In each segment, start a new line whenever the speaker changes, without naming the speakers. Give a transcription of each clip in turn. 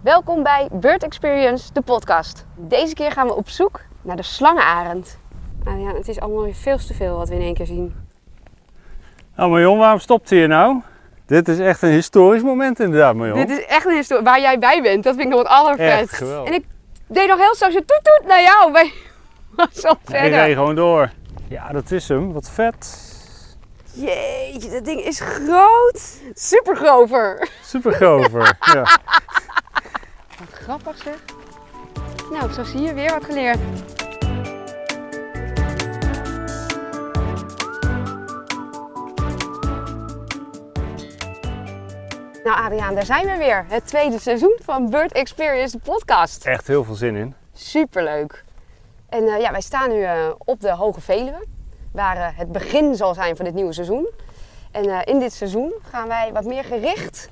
Welkom bij Bird Experience, de podcast. Deze keer gaan we op zoek naar de slangenarend. Nou ja, het is allemaal weer veel te veel wat we in één keer zien.
Nou Marion, waarom stopt hij hier nou? Dit is echt een historisch moment inderdaad, Marion.
Dit is echt een historie waar jij bij bent. Dat vind ik nog het allervetst.
Echt geweldig.
En ik deed nog heel straks een toet toet naar jou. Bij... Wat zal ik
Hij reed
zeggen?
gewoon door. Ja, dat is hem. Wat vet.
Jeetje, dat ding is groot. Super grover.
Super grover. ja.
Wat grappig zeg. Nou, zo zie je weer wat geleerd. Nou Adriaan, daar zijn we weer. Het tweede seizoen van Bird Experience, de podcast.
Echt heel veel zin in.
Superleuk. En eh, ja, wij staan nu eh, op de Hoge Veluwe, waar eh, het begin zal zijn van dit nieuwe seizoen. En eh, in dit seizoen gaan wij wat meer gericht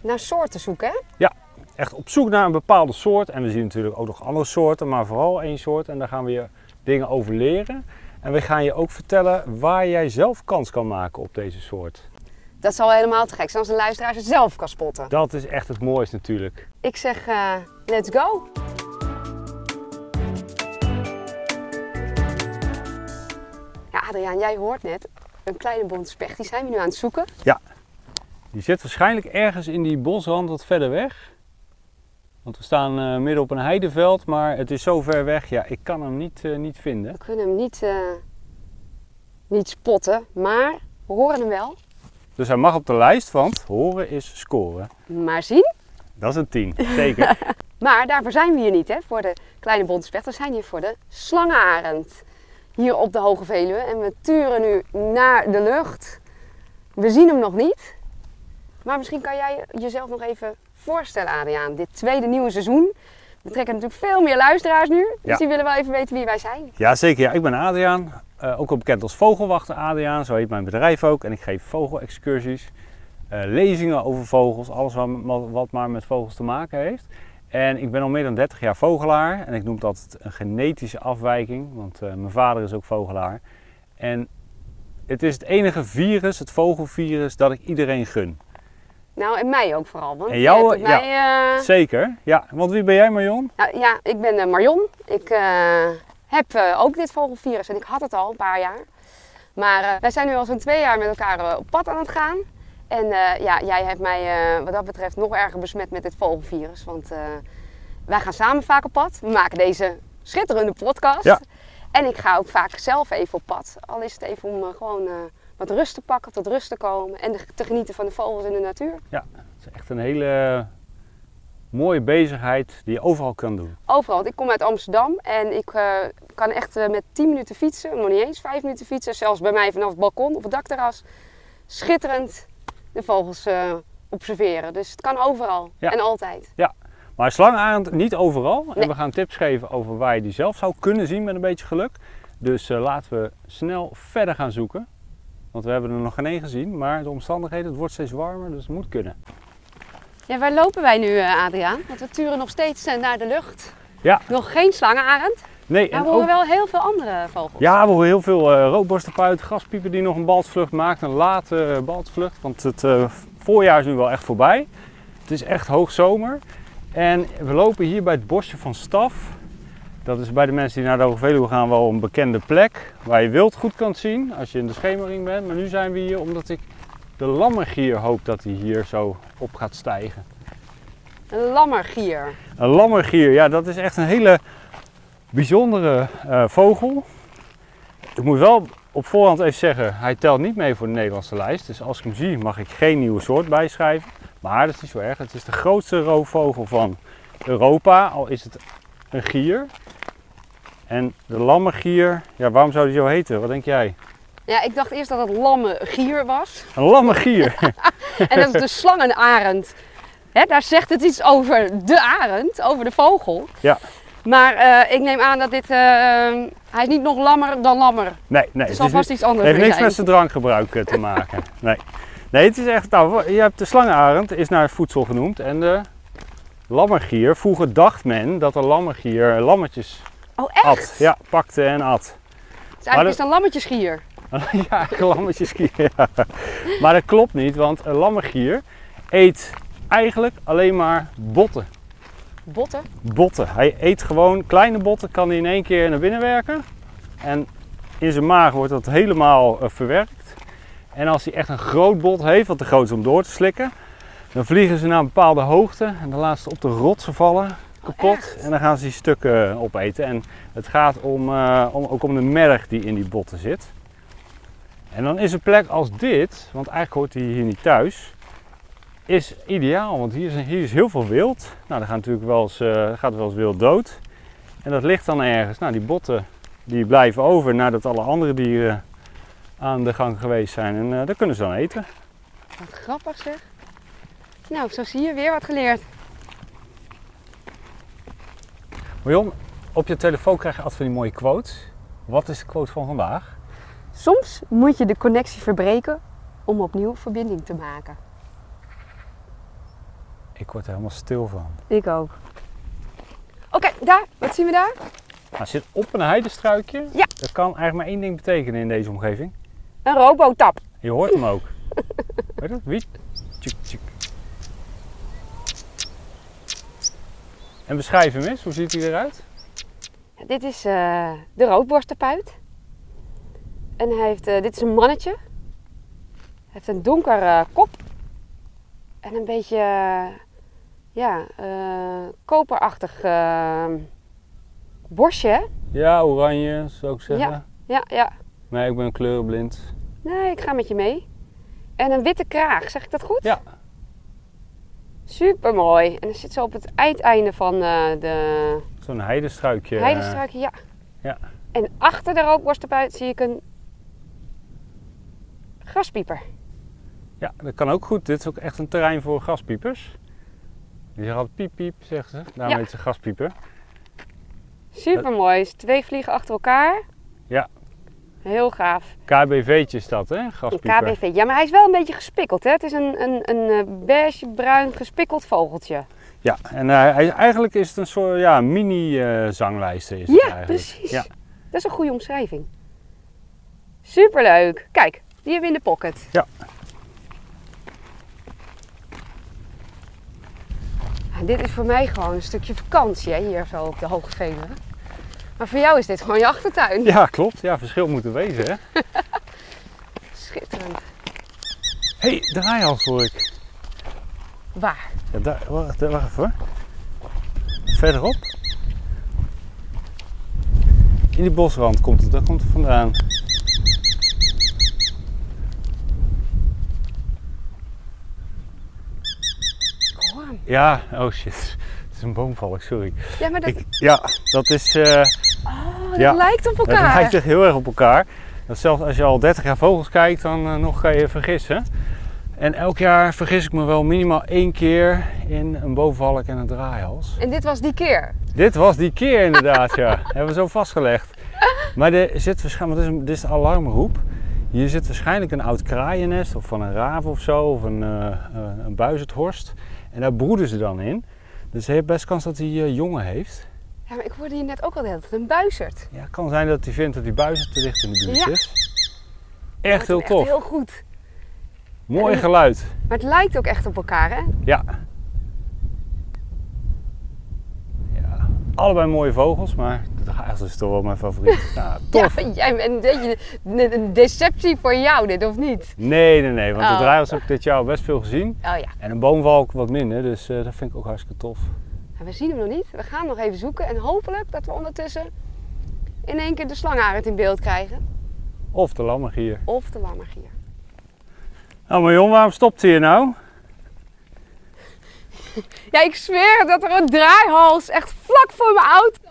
naar soorten zoeken. hè?
Echt op zoek naar een bepaalde soort. En we zien natuurlijk ook nog andere soorten, maar vooral één soort. En daar gaan we je dingen over leren. En we gaan je ook vertellen waar jij zelf kans kan maken op deze soort.
Dat zal helemaal te gek zijn als een luisteraar ze zelf kan spotten.
Dat is echt het mooiste natuurlijk.
Ik zeg, eh, let's go. Ja, Adriaan, jij hoort net een kleine bonte specht. Die zijn we nu aan het zoeken.
Die zit waarschijnlijk ergens in die bosrand wat verder weg. Want we staan eh, midden op een heideveld, maar het is zo ver weg. Ja, ik kan hem niet, eh, niet vinden.
We kunnen hem niet, eh, niet spotten, maar we horen hem wel.
Dus hij mag op de lijst, want horen is scoren.
Maar zien.
Dat is een 10, zeker.
Maar daarvoor zijn we hier niet, hè, voor de kleine bonte specht. We zijn hier voor de slangenarend. Hier op de Hoge Veluwe. En we turen nu naar de lucht. We zien hem nog niet. Maar misschien kan jij jezelf nog even voorstellen, Adriaan. Dit tweede nieuwe seizoen. We trekken natuurlijk veel meer luisteraars nu. Dus
Ja.
die willen wel even weten wie wij zijn.
ja, zeker. Ja, ik ben Adriaan. Eh, ook wel bekend als vogelwachter Adriaan, zo heet mijn bedrijf ook. En ik geef vogelexcursies, eh, lezingen over vogels, alles wat, wat maar met vogels te maken heeft. En ik ben al meer dan 30 jaar vogelaar. En ik noem dat een genetische afwijking, want eh, mijn vader is ook vogelaar. En het is het enige virus, het vogelvirus, dat ik iedereen gun.
Nou, en mij ook vooral. Want
En
jij
jou,
doet
ja.
mij, eh,
Zeker. Ja, want wie ben jij Marion?
Nou, ja, ik ben eh, Marion. Ik eh, heb eh, ook dit vogelvirus en ik had het al een paar jaar. Maar eh, wij zijn nu al zo'n twee jaar met elkaar eh, op pad aan het gaan. En eh, ja, jij hebt mij eh, wat dat betreft nog erger besmet met dit vogelvirus. Want eh, wij gaan samen vaak op pad. We maken deze schitterende podcast.
Ja.
En ik ga ook vaak zelf even op pad. Al is het even om eh, gewoon eh, wat rust te pakken, tot rust te komen. En te genieten van de vogels in de natuur.
Het is echt een hele mooie bezigheid die je overal kan doen.
Overal, want ik kom uit Amsterdam en ik eh, kan echt eh, met 10 minuten fietsen, nog niet eens 5 minuten fietsen, zelfs bij mij vanaf het balkon op het dakterras, schitterend de vogels eh, observeren. Dus het kan overal
Ja.
en altijd.
Maar slangarend niet overal. En
Nee.
we gaan tips geven over waar je die zelf zou kunnen zien met een beetje geluk. Dus eh, laten we snel verder gaan zoeken. Want we hebben er nog geen één gezien. Maar de omstandigheden, het wordt steeds warmer, dus het moet kunnen.
Ja, waar lopen wij nu, eh, Adriaan? Want we turen nog steeds eh, naar de lucht.
Ja.
Nog geen slangenarend,
Nee,
maar Nou,
en
we horen
ook...
wel heel veel andere vogels.
Ja, we horen heel veel eh roodborstenpuit, graspieper die nog een baltvlucht maakt. Een late eh, baltvlucht, want het eh, voorjaar is nu wel echt voorbij. Het is echt hoogzomer. En we lopen hier bij het bosje van Staf. Dat is bij de mensen die naar de Hoge Veluwe gaan wel een bekende plek. Waar je wild goed kan zien als je in de schemering bent. Maar nu zijn we hier omdat ik de lammergier hoop dat hij hier zo op gaat stijgen.
Een lammergier.
Een lammergier, ja, dat is echt een hele bijzondere eh, vogel. Ik moet wel op voorhand even zeggen, hij telt niet mee voor de Nederlandse lijst. Dus als ik hem zie, mag ik geen nieuwe soort bijschrijven. Maar dat is niet zo erg. Het is de grootste roofvogel van Europa, al is het een gier. En de lammergier, ja, waarom zou die zo heten? Wat denk jij?
Ja, ik dacht eerst dat het lamme gier was.
Een lammergier.
En dat is de slangenarend. Hè, daar zegt het iets over de arend, over de vogel.
Ja.
Maar eh, ik neem aan dat dit... eh, hij is niet nog lammer dan lammer.
Nee, nee.
Het
het
zal
is niet-
vast iets anders
heeft
weer
niks
zijn.
met zijn drankgebruik eh, te maken. Nee. nee, het is echt. Nou, je hebt de slangenarend, is naar voedsel genoemd. En de lammergier. Vroeger dacht men dat de lammergier lammetjes
Oh, echt?
at. Ja, pakte en at.
Dus eigenlijk
dat-
is het een lammetjesgier.
ja, eigenlijk lammetjesgier. ja. Maar dat klopt niet, want een lammergier eet eigenlijk alleen maar botten.
Botten.
botten. Hij eet gewoon kleine botten, kan hij in één keer naar binnen werken. En in zijn maag wordt dat helemaal eh, verwerkt. En als hij echt een groot bot heeft, wat te groot is om door te slikken, dan vliegen ze naar een bepaalde hoogte en dan laten ze op de rotsen vallen, kapot.
echt?
en dan gaan ze die stukken eh, opeten. En het gaat om, eh, om, ook om de merg die in die botten zit. En dan is een plek als dit, want eigenlijk hoort hij hier niet thuis, is ideaal, want hier is, hier is heel veel wild. Nou, er gaan natuurlijk wel eens, eh, gaat wel eens wild dood. En dat ligt dan ergens. Nou, die botten die blijven over nadat alle andere dieren aan de gang geweest zijn. En eh daar kunnen ze dan eten.
Wat grappig zeg. Nou, zo zie je weer wat geleerd.
Marjon, op je telefoon krijg je altijd van die mooie quotes. Wat is de quote van vandaag?
Soms moet je de connectie verbreken om opnieuw verbinding te maken.
Ik word er helemaal stil van.
Ik ook. Oké, daar. Wat zien we daar?
Nou, zit op een heidestruikje.
Ja.
Dat kan eigenlijk maar één ding betekenen in deze omgeving.
Een robotap.
Je hoort hem ook. Weet je dat? Wie? Tjik, tjik. En beschrijf hem eens, hoe ziet hij eruit?
Dit is eh, de roodborsttapuit. En hij heeft, eh, dit is een mannetje. Hij heeft een donker eh, kop. En een beetje eh, ja, eh, koperachtig eh, borstje. hè?
Ja, oranje zou ik zeggen.
Ja, ja.
Nee, ik ben kleurenblind.
Nee, ik ga met je mee. En een witte kraag, zeg ik dat goed?
Ja.
Super mooi. En dan zit ze op het eindeinde van eh, de
Zo'n heidestruikje.
heidestruikje. Ja.
Ja.
En achter de rookworstenpuit zie ik een graspieper.
Ja, dat kan ook goed. Dit is ook echt een terrein voor gaspiepers. Die zeggen altijd piep piep, zeggen ze. Daarom
Ja.
heet ze gaspieper.
Super mooi. Dus twee vliegen achter elkaar.
Ja.
Heel gaaf.
KBV'tje is dat, hè?
Een
Gaspieper.
KBV. Ja, maar hij is wel een beetje gespikkeld. Hè? Het is een, een, een eh, beige-bruin gespikkeld vogeltje.
Ja, en eh, hij- eigenlijk is het een soort ja, mini-zanglijst. is het
Ja,
eigenlijk.
precies.
Ja.
Dat is een goede omschrijving. Superleuk. Kijk, die hebben we in de pocket.
Ja.
En Ah, dit is voor mij gewoon een stukje vakantie hè, hier zo op de Hoge Veluwe. Maar voor jou is dit gewoon je achtertuin.
ja, klopt. Ja, verschil moet er wezen, hè?
Schitterend.
Hé, hey, draaihals hoor ik.
Waar?
Ja, daar, wacht, eh, wacht even hoor. Verderop. In die bosrand komt het, daar komt het vandaan.
Ik hoor hem.
Ja, oh shit. Het is een boomvalk, sorry.
Ja, maar dat,
Ik, ja, dat is. eh,
oh, dat
ja.
lijkt op
dat
elkaar.
lijkt echt heel erg op elkaar. Dat zelfs als je al 30 jaar vogels kijkt, dan eh, nog kan je vergissen. En elk jaar vergis ik me wel minimaal één keer in een boomvalk en een draaihals.
En dit was die keer.
Dit was die keer inderdaad, ja. Hebben we zo vastgelegd. Maar er zit waarschijnlijk, want dit is, een- dit is de alarmroep. Hier zit waarschijnlijk een oud kraaiennest of van een raaf of zo, of een, eh, eh, een buizerdhorst. En daar broeden ze dan in. Dus er heeft best kans dat hij eh, jongen heeft.
Ja, maar ik hoorde hier net ook al de hele tijd een buizerd.
Ja, het kan zijn dat hij vindt dat die buizen te dicht in de buurt
Ja.
is.
Dat
Echt
is
heel tof.
Heel goed.
Mooi
en-
geluid.
Maar het lijkt ook echt op elkaar, hè?
Ja. ja. Allebei mooie vogels, maar de raaf is toch wel mijn favoriet. Ja, tof.
Ja, jij bent een, een, een deceptie voor jou dit, of niet?
Nee, nee, nee. Want
Oh.
de draaiers heb ik dit jaar al best veel gezien.
Oh ja,
En een boomwalk wat minder, dus eh, dat vind ik ook hartstikke tof.
maar Nou, we zien hem nog niet. We gaan nog even zoeken en hopelijk dat we ondertussen in één keer de slangarend in beeld krijgen.
Of de lammergier.
Of de lammergier.
Nou Marion, waarom stopt hij hier nou?
Ja, ik zweer het, dat er een draaihals echt vlak voor mijn auto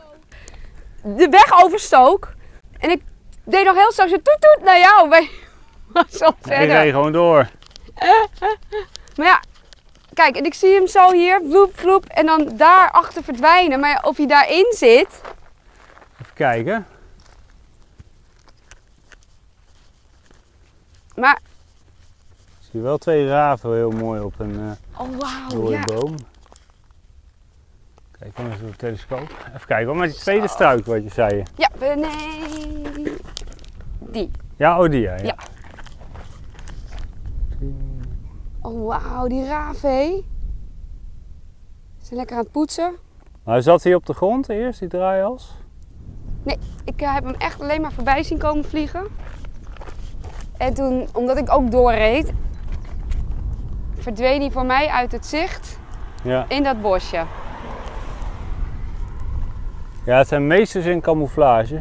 de weg overstook. En ik deed nog heel zacht zo toet toet naar jou. Maar wat zal ik
ik
zeggen?
reed gewoon door.
Maar ja, kijk, en ik zie hem zo hier, vloep vloep, en dan daarachter verdwijnen. Maar ja, of hij daarin zit,
Even kijken.
maar...
Ik zie wel twee raven heel mooi op een eh
Oh, wauw,
mooie
ja.
boom. Kijk dan eens door de telescoop. Even kijken, hoor, maar die tweede struik wat je zei.
Ja, eh, nee. Die.
Ja, oh die ja.
Ja.
ja.
Oh, wauw, die raaf, hé. Ze zijn lekker aan het poetsen.
Nou, zat hij op de grond eerst, die draaias?
Ik eh, heb hem echt alleen maar voorbij zien komen vliegen. En toen, omdat ik ook doorreed, verdween hij voor mij uit het zicht
Ja.
in dat bosje.
ja, het zijn meesters in camouflage.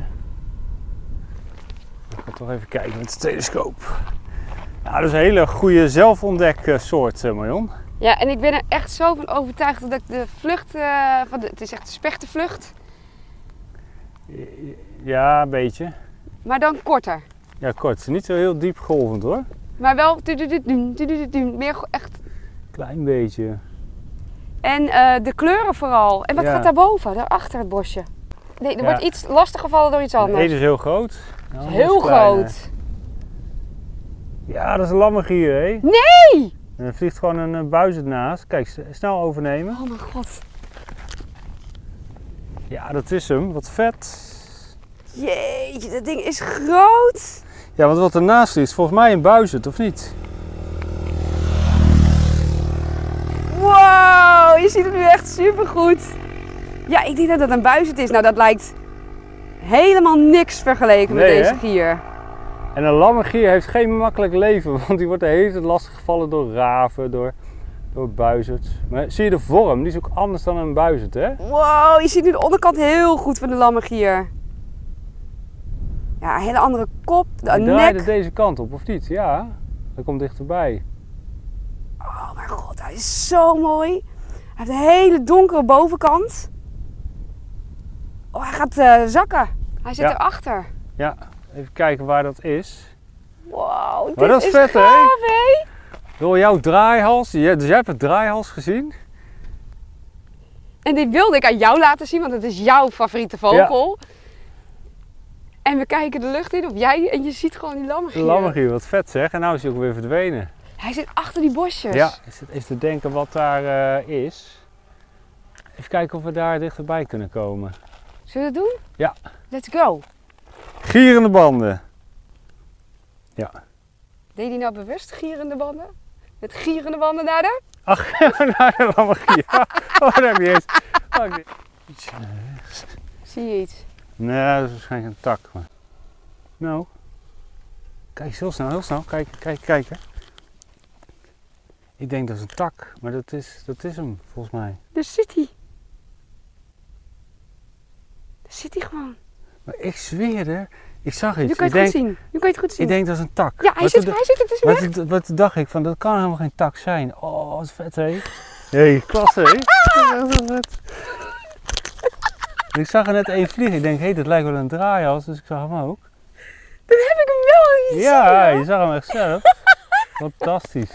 Ik ga toch even kijken met de telescoop. Ja, dat is een hele goede zelfontdek eh, soort, eh, Marion.
Ja, en ik ben er echt zo van overtuigd dat ik de vlucht, eh, van de, het is echt een spechtenvlucht,
Ja, een beetje.
maar dan korter.
Ja, kort. Het is niet zo heel diep golvend hoor.
Maar wel tudududu, tudududu, meer go- echt.
Klein beetje.
En eh, de kleuren vooral. En wat
Ja.
gaat daarboven, daarachter het bosje? Nee, er
Ja.
wordt iets lastig gevallen door iets
De
anders.
ene is heel groot. de andere is
Heel
kleiner.
groot.
Ja, dat is een lammergier, hé.
Nee!
En er vliegt gewoon een eh, buis ernaast. Kijk, s- snel overnemen.
Oh mijn god.
Ja, dat is hem. Wat vet.
Jeetje, dat ding is groot.
Ja, want wat ernaast is, volgens mij een buizerd, of niet?
Wow, je ziet het nu echt super goed. Ja, ik denk dat dat een buizerd is. Nou, dat lijkt helemaal niks vergeleken met
Nee,
deze
hè?
gier.
En een lammergier heeft geen makkelijk leven, want die wordt de hele tijd lastiggevallen door raven, door, door buizerds. Maar zie je de vorm? Die is ook anders dan een buizerd, hè?
Wow, je ziet nu de onderkant heel goed van de lammergier. Ja, een hele andere kop,
Die
een
draaide
nek.
deze kant op, of niet? Ja, hij komt dichterbij.
Oh mijn god, hij is zo mooi. Hij heeft een hele donkere bovenkant. Oh, hij gaat eh, zakken. Hij zit
Ja.
erachter.
Even kijken waar dat is.
Wow, dit
dat is
is
vet, hè?
gaaf, hè?
Door jouw draaihals, je- dus jij hebt het draaihals gezien?
En dit wilde ik aan jou laten zien, want het is jouw favoriete vogel. En we kijken de lucht in, of jij, en je ziet gewoon die
De
lammergier.
lammergier, wat vet zeg. En nou is hij ook weer verdwenen.
Hij zit achter die bosjes.
Ja, is het is te denken wat daar eh, is. Even kijken of we daar dichterbij kunnen komen.
Zullen we dat doen?
Ja.
Let's go.
Gierende banden.
Deed hij nou bewust gierende banden? Met gierende banden naar de?
Ach, naar de lammergier. Nou, Oh, daar heb je eens. Oh, ik-
Zie je iets?
Nee, dat is waarschijnlijk een tak. Maar... Nou. Kijk, heel snel, heel snel. Kijk, kijk, kijk. Hè. Ik denk dat is een tak, maar dat is, dat is hem volgens mij.
Daar zit hij. Daar zit hij gewoon.
Maar ik zweer er, ik zag iets.
Nu kan
ik,
je het
denk,
goed zien. Nu kan je het goed zien.
ik denk dat is een tak.
ja, hij
Wat
zit,
de-
hij zit er tussendoor.
Wat, wat dacht ik van, dat kan helemaal geen tak zijn. Oh, wat vet hé. hey, klasse hé. Dat is echt wel vet. Ik zag er net één vliegen. Ik denk, hé, hey, dat lijkt wel een draaihals. Dus ik zag hem ook.
Dan heb ik hem wel gezien.
Ja,
hoor.
je zag hem echt zelf. Fantastisch.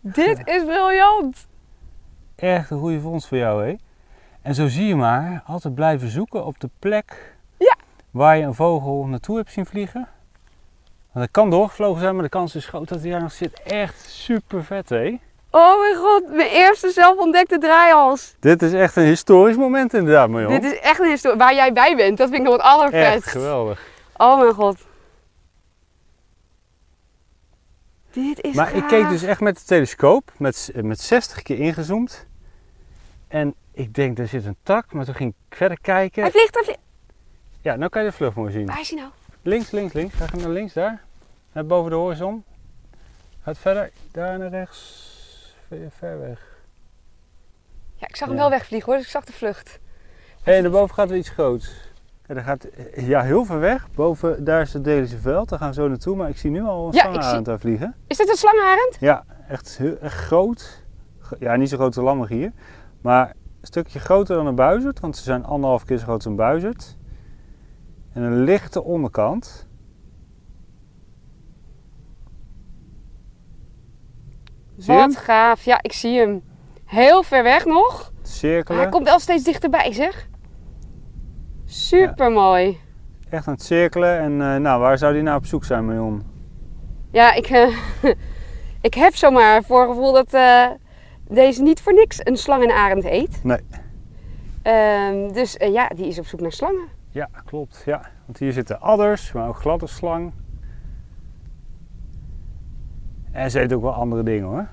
Dit is briljant.
Echt een goede vondst voor jou hé. En zo zie je maar, altijd blijven zoeken op de plek
Ja.
waar je een vogel naartoe hebt zien vliegen. Want hij kan doorgevlogen zijn, maar de kans is groot dat hij daar nog zit. Echt super vet hé.
Oh mijn god, mijn eerste zelfontdekte draaihals.
Dit is echt een historisch moment inderdaad, Marjon.
Dit is echt een historie. Waar jij bij bent, dat vind ik nog het
Echt
allervetst.
geweldig.
Oh mijn god. Dit is
Maar ik
gaaf.
keek dus echt met de telescoop, met, met 60 keer ingezoomd. En ik denk, daar zit een tak, maar toen ging ik verder
Hij
kijken.
vliegt, hij vliegt.
Ja, nou kan je de vlucht mooi zien.
Waar is hij nou?
Links, links, links. Ga gaan naar links daar. Net boven de horizon. Gaat verder, daar naar rechts. Ver, ver weg.
Ja, ik zag hem
Ja.
wel wegvliegen hoor, dus ik zag de vlucht.
Hé, hey, daarboven gaat weer iets groots. Ja, daar gaat, ja, heel ver weg. Boven, daar is het Delische veld. Daar gaan we zo naartoe. Maar ik zie nu al een
Ja,
ja,
ik zie-
daar vliegen.
Is dit een slangenarend?
Ja, echt, heel, echt groot. Ge- Ja, niet zo groot als een lammergier. Maar een stukje groter dan een buizerd. Want ze zijn anderhalf keer zo groot als een buizerd. En een lichte onderkant. Zie je
Wat
hem?
gaaf. Ja, ik zie hem. Heel ver weg nog. Maar
Cirkelen.
hij komt wel steeds dichterbij zeg. Super mooi.
Echt aan het cirkelen. En eh, nou, waar zou die nou op zoek zijn, Marion?
Ja, ik, eh, ik heb zomaar voor gevoel dat eh, deze niet voor niks een slang en arend eet.
Nee.
Ehm, dus eh, ja, die is op zoek naar slangen.
Ja, klopt. Ja. Want hier zitten adders, maar ook gladde slang. En ze eet ook wel andere dingen hoor.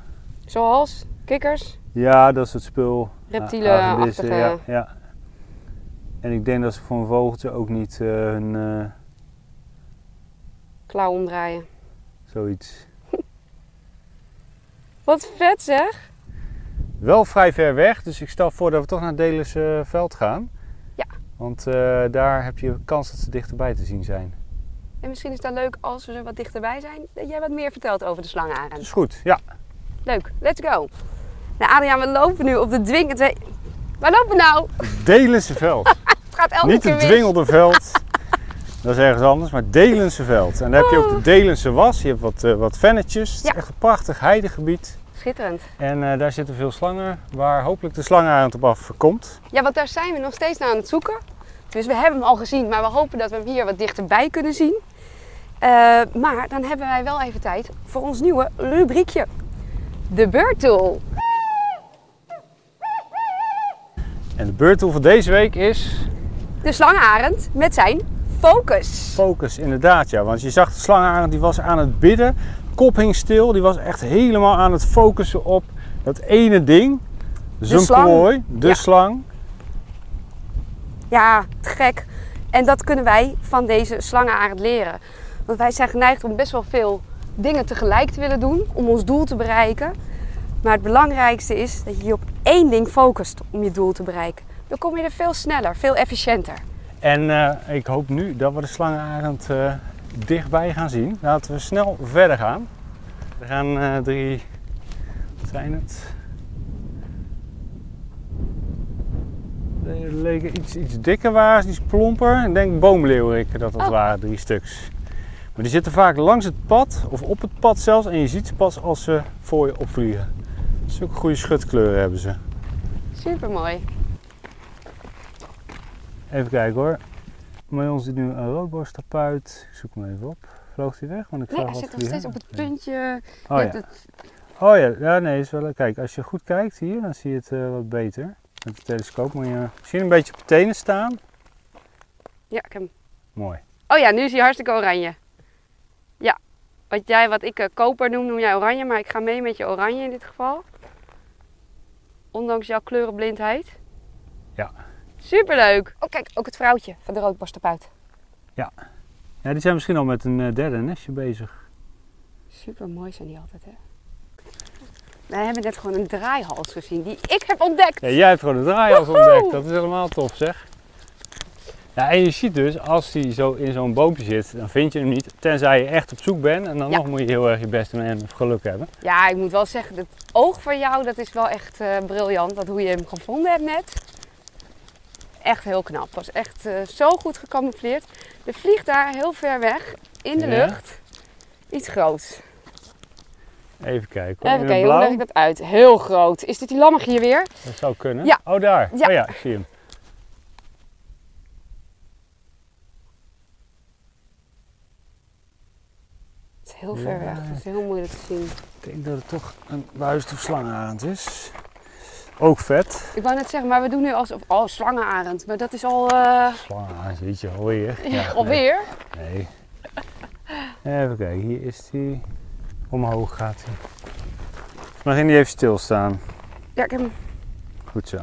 Zoals kikkers.
Ja, dat is het spul
reptielenachtige...
Ah, ja, ja. En ik denk dat ze voor een vogeltje ook niet eh, hun eh,
klauw omdraaien.
zoiets.
Wat vet zeg.
Wel vrij ver weg, dus ik stel voor dat we toch naar Delens eh, veld gaan.
Ja.
Want eh, daar heb je kans dat ze dichterbij te zien zijn.
En misschien is dat leuk als we er wat dichterbij zijn. Dat jij wat meer vertelt over de
Dat
slangenarend.
is Dus goed, ja.
Leuk, let's go. Nou Adriaan, we lopen nu op de dwing... het we- Waar lopen we nou?
Delense veld.
Het gaat elke
niet
keer
het
Oh, mis.
Dwingelde veld. dat is ergens anders, maar Delense veld. En daar heb je ook de Delense was. Je hebt wat, eh, wat vennetjes. Het
Oh. Ja.
is echt een prachtig heidegebied.
Schitterend.
En eh, daar zitten veel slangen, waar hopelijk de slangenarend op afkomt.
Ja, want daar zijn we nog steeds naar aan het zoeken. Dus we hebben hem al gezien, maar we hopen dat we hem hier wat dichterbij kunnen zien. Eh, maar dan hebben wij wel even tijd voor ons nieuwe rubriekje. De beurtool.
En de beurtool voor deze week is
De slangenarend met zijn focus.
focus, inderdaad. Ja. Want je zag de slangenarend, die was aan het bidden. Kop hing stil, die was echt helemaal aan het focussen op dat ene ding. Zijn
slang.
prooi, de
Ja.
slang.
Ja, te gek. En dat kunnen wij van deze slangenarend leren. Want wij zijn geneigd om best wel veel dingen tegelijk te willen doen om ons doel te bereiken. Maar het belangrijkste is dat je je op één ding focust om je doel te bereiken. Dan kom je er veel sneller, veel efficiënter.
En eh, ik hoop nu dat we de slangenarend eh, dichtbij gaan zien. Laten we snel verder gaan. Er gaan eh, drie. Wat zijn het? Er leken iets, iets dikker waren, iets plomper. Ik denk boomleeuwerikken dat dat
Oh.
waren, drie stuks. Maar die zitten vaak langs het pad of op het pad zelfs. En je ziet ze pas als ze voor je opvliegen. Zulke goede schutkleuren hebben ze.
Super mooi.
Even kijken hoor. Bij ons zit nu een roodborsttapuit. Ik zoek hem even op. Vloog hij weg? Want ik
Nee,
zag
hij
wat
zit nog
vliegen.
steeds op het puntje.
Oh
Je hebt
ja.
het-
oh ja, ja, nee, is wel. Kijk, als je goed kijkt hier, dan zie je het eh, wat beter. Met de telescoop moet je misschien een beetje op de tenen staan.
ja, ik heb hem.
Mooi.
Oh ja, nu is hij hartstikke oranje. Ja, wat, jij, wat ik eh, koper noem, noem jij oranje. Maar ik ga mee met je oranje in dit geval. Ondanks jouw kleurenblindheid.
Ja.
Superleuk. Oh kijk, ook het vrouwtje van de roodborsttapuit.
Ja, die zijn misschien al met een eh, derde nestje bezig.
Super mooi zijn die altijd, hè? Wij hebben net gewoon een draaihals gezien die ik heb ontdekt.
Ja, jij hebt gewoon de draai als
Woehoe!
ontdekt. Dat is helemaal tof zeg. Ja, en je ziet dus, als hij zo in zo'n boompje zit, dan vind je hem niet. Tenzij je echt op zoek bent. En dan
Ja.
nog moet je heel erg je best doen en geluk hebben.
Ja, ik moet wel zeggen, het oog van jou, dat is wel echt eh, briljant. Dat hoe je hem gevonden hebt net. Echt heel knap. Was echt eh, zo goed gecamoufleerd. Er vliegt daar heel ver weg, in de
Ja.
lucht. Iets groots.
Even kijken
Even
hoor. In
kijken, hoe
het
leg
eh, blauw.
ik dat uit? Heel groot. Is dit die lammig hier weer?
Dat zou kunnen.
Ja.
Oh, daar.
Ja.
Oh ja, ik zie hem.
Het is heel ver weg. Het is heel moeilijk te zien.
Ik denk dat het toch een buist of slangenarend is. Ook vet.
Ik wou net zeggen, maar we doen nu alsof... Oh, slangenarend. Maar dat is al... eh,
Slangenarend, weet je, alweer.
alweer.
Nee. nee. Even kijken, hier is die. Omhoog gaat hij. Maar ging die even stilstaan.
Ja, ik heb hem.
Goed zo.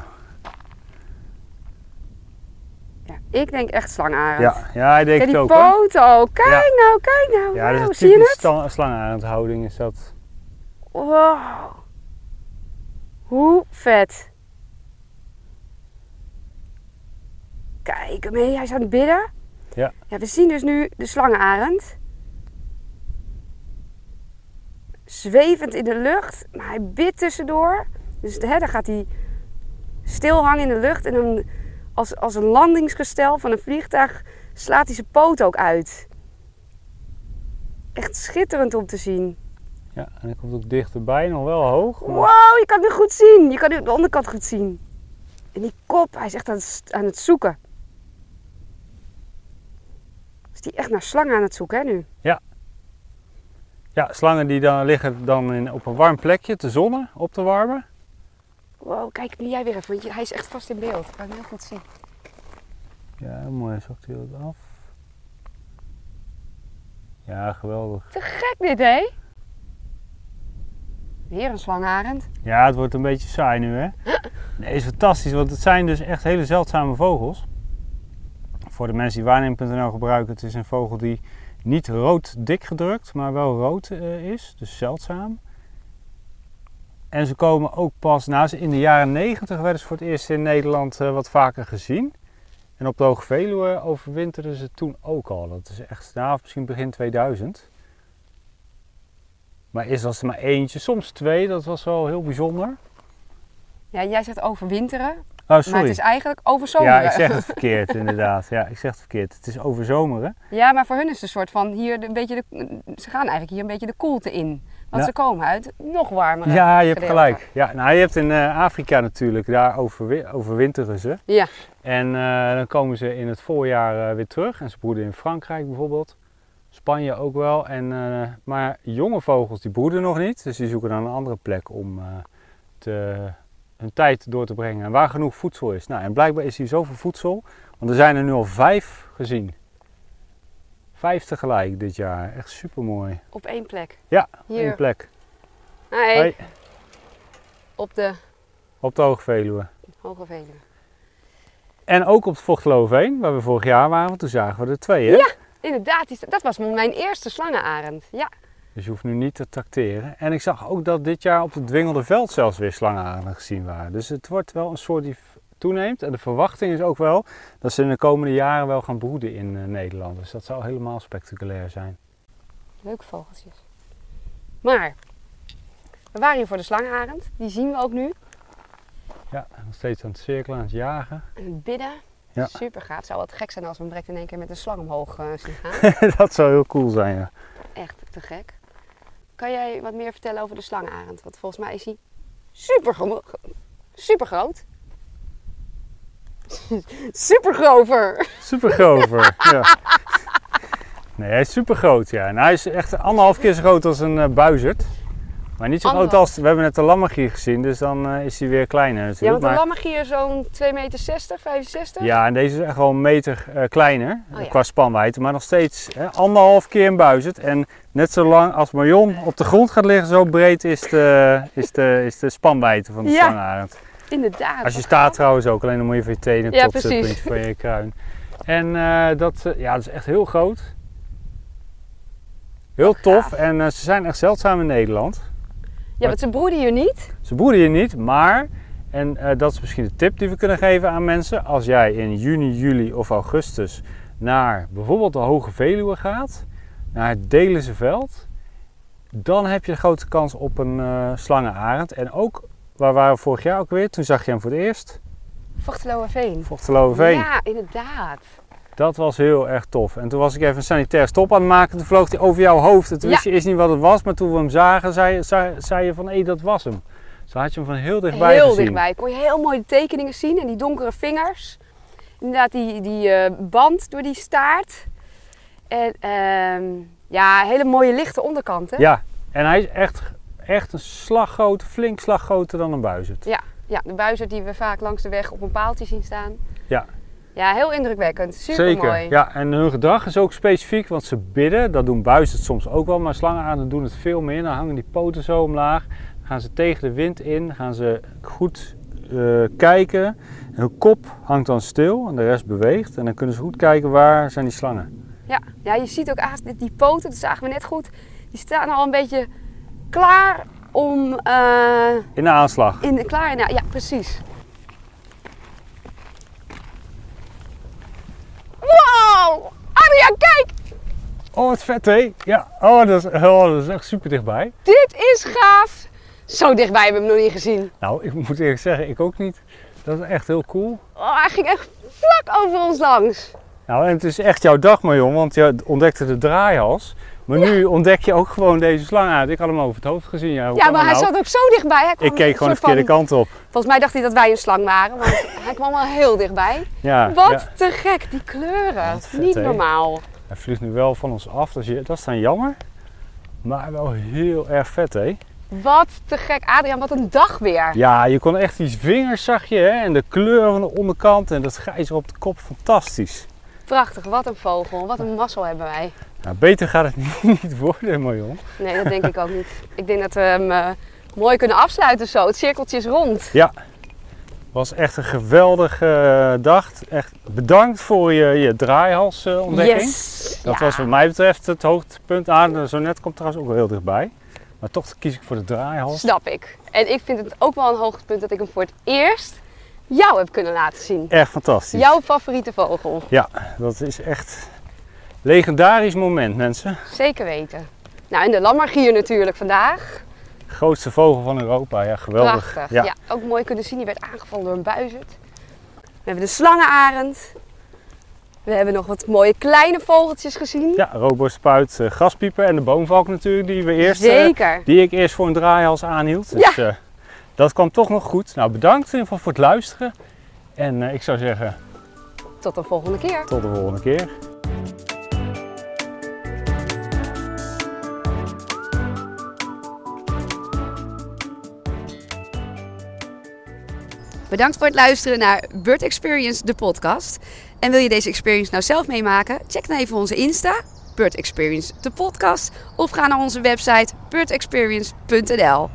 Ja, ik denk echt slangenarend.
Ja, ja ik denk
Kijk
het
die
ook hoor.
poot ook. Kijk nou, kijk nou.
Ja,
Wauw,
dat is
zie je
een
het?
typisch sla- slangenarendhouding is dat.
Wow. Hoe vet. Kijk hem mee, hij is aan het bidden.
Ja.
ja. We zien dus nu de slangenarend. Zwevend in de lucht, maar hij bidt tussendoor. Dus hè, dan gaat hij stil hangen in de lucht. En dan als, als een landingsgestel van een vliegtuig slaat hij zijn poot ook uit. Echt schitterend om te zien.
Ja, en dan komt ook dichterbij, nog wel hoog. maar-
Wow, je kan het nu goed zien. Je kan nu de onderkant goed zien. En die kop, hij is echt aan het, st- aan het zoeken. Is die echt naar slangen aan het zoeken, hè, nu?
Ja, slangen die dan liggen dan in, op een warm plekje te zonnen, op te warmen.
Wow, kijk nu jij weer even, want je- hij is echt vast in beeld. Ik kan hem heel goed zien.
Ja, mooi, zakt hij dat af. Ja, geweldig.
Te gek dit, hè? Weer een slangarend.
Ja, het wordt een beetje saai nu, hè? Nee, is fantastisch, want het zijn dus echt hele zeldzame vogels. Voor de mensen die waarneming.nl gebruiken, het is een vogel die niet rood dik gedrukt, maar wel rood eh, is, dus zeldzaam. En ze komen ook pas, nou ze- in de jaren 90 werden ze voor het eerst in Nederland eh, wat vaker gezien. En op de Hoge Veluwe overwinterden ze toen ook al. Dat is echt, nou misschien begin 2000. Maar eerst was er maar eentje, soms twee, dat was wel heel bijzonder.
Ja, jij zegt overwinteren,
Oh, sorry.
maar het is eigenlijk overzomeren.
Ja, ik zeg het verkeerd inderdaad. Ja, ik zeg het verkeerd. Het is overzomeren.
Ja, maar voor hun is het een soort van hier de- een beetje de, ze gaan eigenlijk hier een beetje de koelte in. Want
Ja.
ze komen uit nog warmer.
Ja, je hebt
gedeelte.
gelijk. Ja, nou, je hebt in eh, Afrika natuurlijk, daar overwi- overwinteren ze.
Ja.
En eh, dan komen ze in het voorjaar eh, weer terug. En ze broeden in Frankrijk bijvoorbeeld. Spanje ook wel. En, eh, maar jonge vogels die broeden nog niet. Dus die zoeken dan een andere plek om eh, te, hun tijd door te brengen. En waar genoeg voedsel is. Nou, en blijkbaar is hier zoveel voedsel. Want er zijn er nu al vijf gezien. Vijf tegelijk dit jaar. Echt super mooi.
Op één plek.
Ja,
Hier.
Eén plek.
Hey,
Hoi.
Op de
Op de Hoge Veluwe.
Hoge Veluwe.
En ook op het Vochtloof heen, waar we vorig jaar waren. Want toen zagen we er twee, hè?
Inderdaad, die sta- dat was mijn eerste slangenarend. Ja.
Dus je hoeft nu niet te tracteren. En ik zag ook dat dit jaar op het Dwingelde Veld zelfs weer slangenaren gezien waren. Dus het wordt wel een soort die v- toeneemt. En de verwachting is ook wel dat ze in de komende jaren wel gaan broeden in eh, Nederland. Dus dat zou helemaal spectaculair zijn.
Leuke vogeltjes. Maar, we waren hier voor de slangenarend. Die zien we ook nu.
Ja, nog steeds aan het cirkelen, aan het jagen.
En het bidden.
Ja.
Super gaaf. Het zou wat gek zijn als we hem direct in één keer met een slang omhoog eh, zien gaan.
dat zou heel cool zijn, ja.
Echt te gek. Kan jij wat meer vertellen over de slangenarend? Want volgens mij is hij super, super groot. super grover.
Super grover. ja. Nee, hij is super groot, ja. En hij is echt anderhalf keer zo groot als een eh, buizerd. Maar niet zo groot
Anderhalf.
als, we hebben net de lammergier gezien, dus dan eh, is hij weer kleiner natuurlijk.
Ja, want een
maar-
lammergier zo'n 2,60 meter, 65?
Ja, en deze is echt wel een meter eh, kleiner
Oh ja.
qua spanwijdte, maar nog steeds hè, anderhalf keer een buizerd. En net zo lang als Marion op de grond gaat liggen, zo breed is de, is de, is de spanwijdte van de
Ja.
slangarend.
Inderdaad.
Als je
wat
staat trouwens ook, alleen dan moet je van je tenen
Ja,
tot het
precies.
puntje van je kruin. En eh, dat, eh, ja, dat is echt heel groot. Heel tof en eh, ze zijn echt zeldzaam in Nederland.
Ja, want ze broeden hier niet.
Ze broeden hier niet, maar, en eh, dat is misschien de tip die we kunnen geven aan mensen, als jij in juni, juli of augustus naar bijvoorbeeld de Hoge Veluwe gaat, naar het Delense Veld, dan heb je een grote kans op een eh, slangenarend. En ook, waar waren we vorig jaar ook weer, toen zag je hem voor het eerst,
Vochteloe Veen.
Vochteloverveen.
Ja, inderdaad.
Dat was heel erg tof. En toen was ik even een sanitair stop aan het maken, toen vloog hij over jouw hoofd. En toen
Ja.
wist je eerst niet wat het was, maar toen we hem zagen, zei, zei, zei je van, hé, dat was hem. Zo had je hem van heel dichtbij
heel
gezien.
dichtbij. Kon je heel mooi de tekeningen zien en die donkere vingers. Inderdaad, die, die eh, band door die staart. En ehm, ja, hele mooie lichte onderkanten.
Ja, en hij is echt, echt een slag groter, flink slag groter dan een buizerd.
Ja, de buizen die we vaak langs de weg op een paaltje zien staan.
Ja.
Ja, heel indrukwekkend. Super mooi.
Zeker. Ja, en hun gedrag is ook specifiek, want ze bidden. Dat doen buizerd soms ook wel, maar slangenarenden doen het veel meer. Dan hangen die poten zo omlaag, dan gaan ze tegen de wind in, gaan ze goed eh, kijken. En hun kop hangt dan stil en de rest beweegt. En dan kunnen ze goed kijken waar zijn die slangen.
Ja, ja je ziet ook aas- die- die poten, dat zagen we net goed. Die staan al een beetje klaar om eh,
In de aanslag.
in de klaar. in- Ja, precies. Wow! Arjan, kijk!
Oh, wat vet hé. Ja, oh, dat is, oh, dat is echt super dichtbij.
Dit is gaaf! Zo dichtbij hebben we hem nog niet gezien.
Nou, ik moet eerlijk zeggen, ik ook niet. Dat is echt heel cool.
Oh, hij ging echt vlak over ons langs.
Nou, en het is echt jouw dag, maar jong, want je ontdekte de draaihals. Maar nu ontdek je ook gewoon deze slang uit. Ik had hem over het hoofd gezien. Ja, hoe
Ja,
kan
maar
dat
hij
nou?
zat ook zo dichtbij. Hij kwam
Ik keek gewoon de
een soort
verkeerde
van-
kant op.
Volgens mij dacht hij dat wij een slang waren, want hij kwam wel heel dichtbij.
Ja,
Wat
ja.
te gek, die kleuren.
Wat vet,
Niet
hè?
normaal.
Hij vliegt nu wel van ons af, dus je- dat is dan jammer. Maar wel heel erg vet, hè?
Wat te gek. Adriaan, wat een dag weer.
Ja, je kon echt die vingers, zag je, hè? En de kleur van de onderkant en dat gijzer op de kop, fantastisch.
Prachtig, wat een vogel. Wat een mazzel hebben wij.
Nou, beter gaat het niet, niet worden, maar jong.
Nee, dat denk ik ook niet. Ik denk dat we hem eh, mooi kunnen afsluiten zo. Het cirkeltje is rond.
Ja, was echt een geweldige eh, dag. Echt bedankt voor je, je draaihalsontdekking.
Yes.
Dat
Ja.
was wat mij betreft het hoogtepunt. Ah, zo net komt trouwens ook wel heel dichtbij. Maar toch kies ik voor de draaihals.
Snap ik. En ik vind het ook wel een hoogtepunt dat ik hem voor het eerst jou heb kunnen laten zien.
Echt fantastisch.
Jouw favoriete vogel.
Ja, dat is echt een legendarisch moment, mensen.
Zeker weten. Nou, en de lammergier natuurlijk vandaag.
Grootste vogel van Europa. Ja, geweldig.
Prachtig.
Ja.
Ja. ook mooi kunnen zien. Die werd aangevallen door een buizerd. We hebben de slangenarend. We hebben nog wat mooie kleine vogeltjes gezien.
Ja, roodborstspuit, eh, graspieper en de boomvalk natuurlijk die we eerst... eh,
Zeker.
die ik eerst voor een draaihals aanhield. Dus eh, dat kwam toch nog goed. Nou, bedankt in ieder geval voor het luisteren. En eh, ik zou zeggen,
Tot de volgende keer.
tot de volgende keer.
Bedankt voor het luisteren naar Bird Experience, de podcast. En wil je deze experience nou zelf meemaken? Check dan even onze Insta, Bird Experience, de podcast. Of ga naar onze website birdexperience.nl.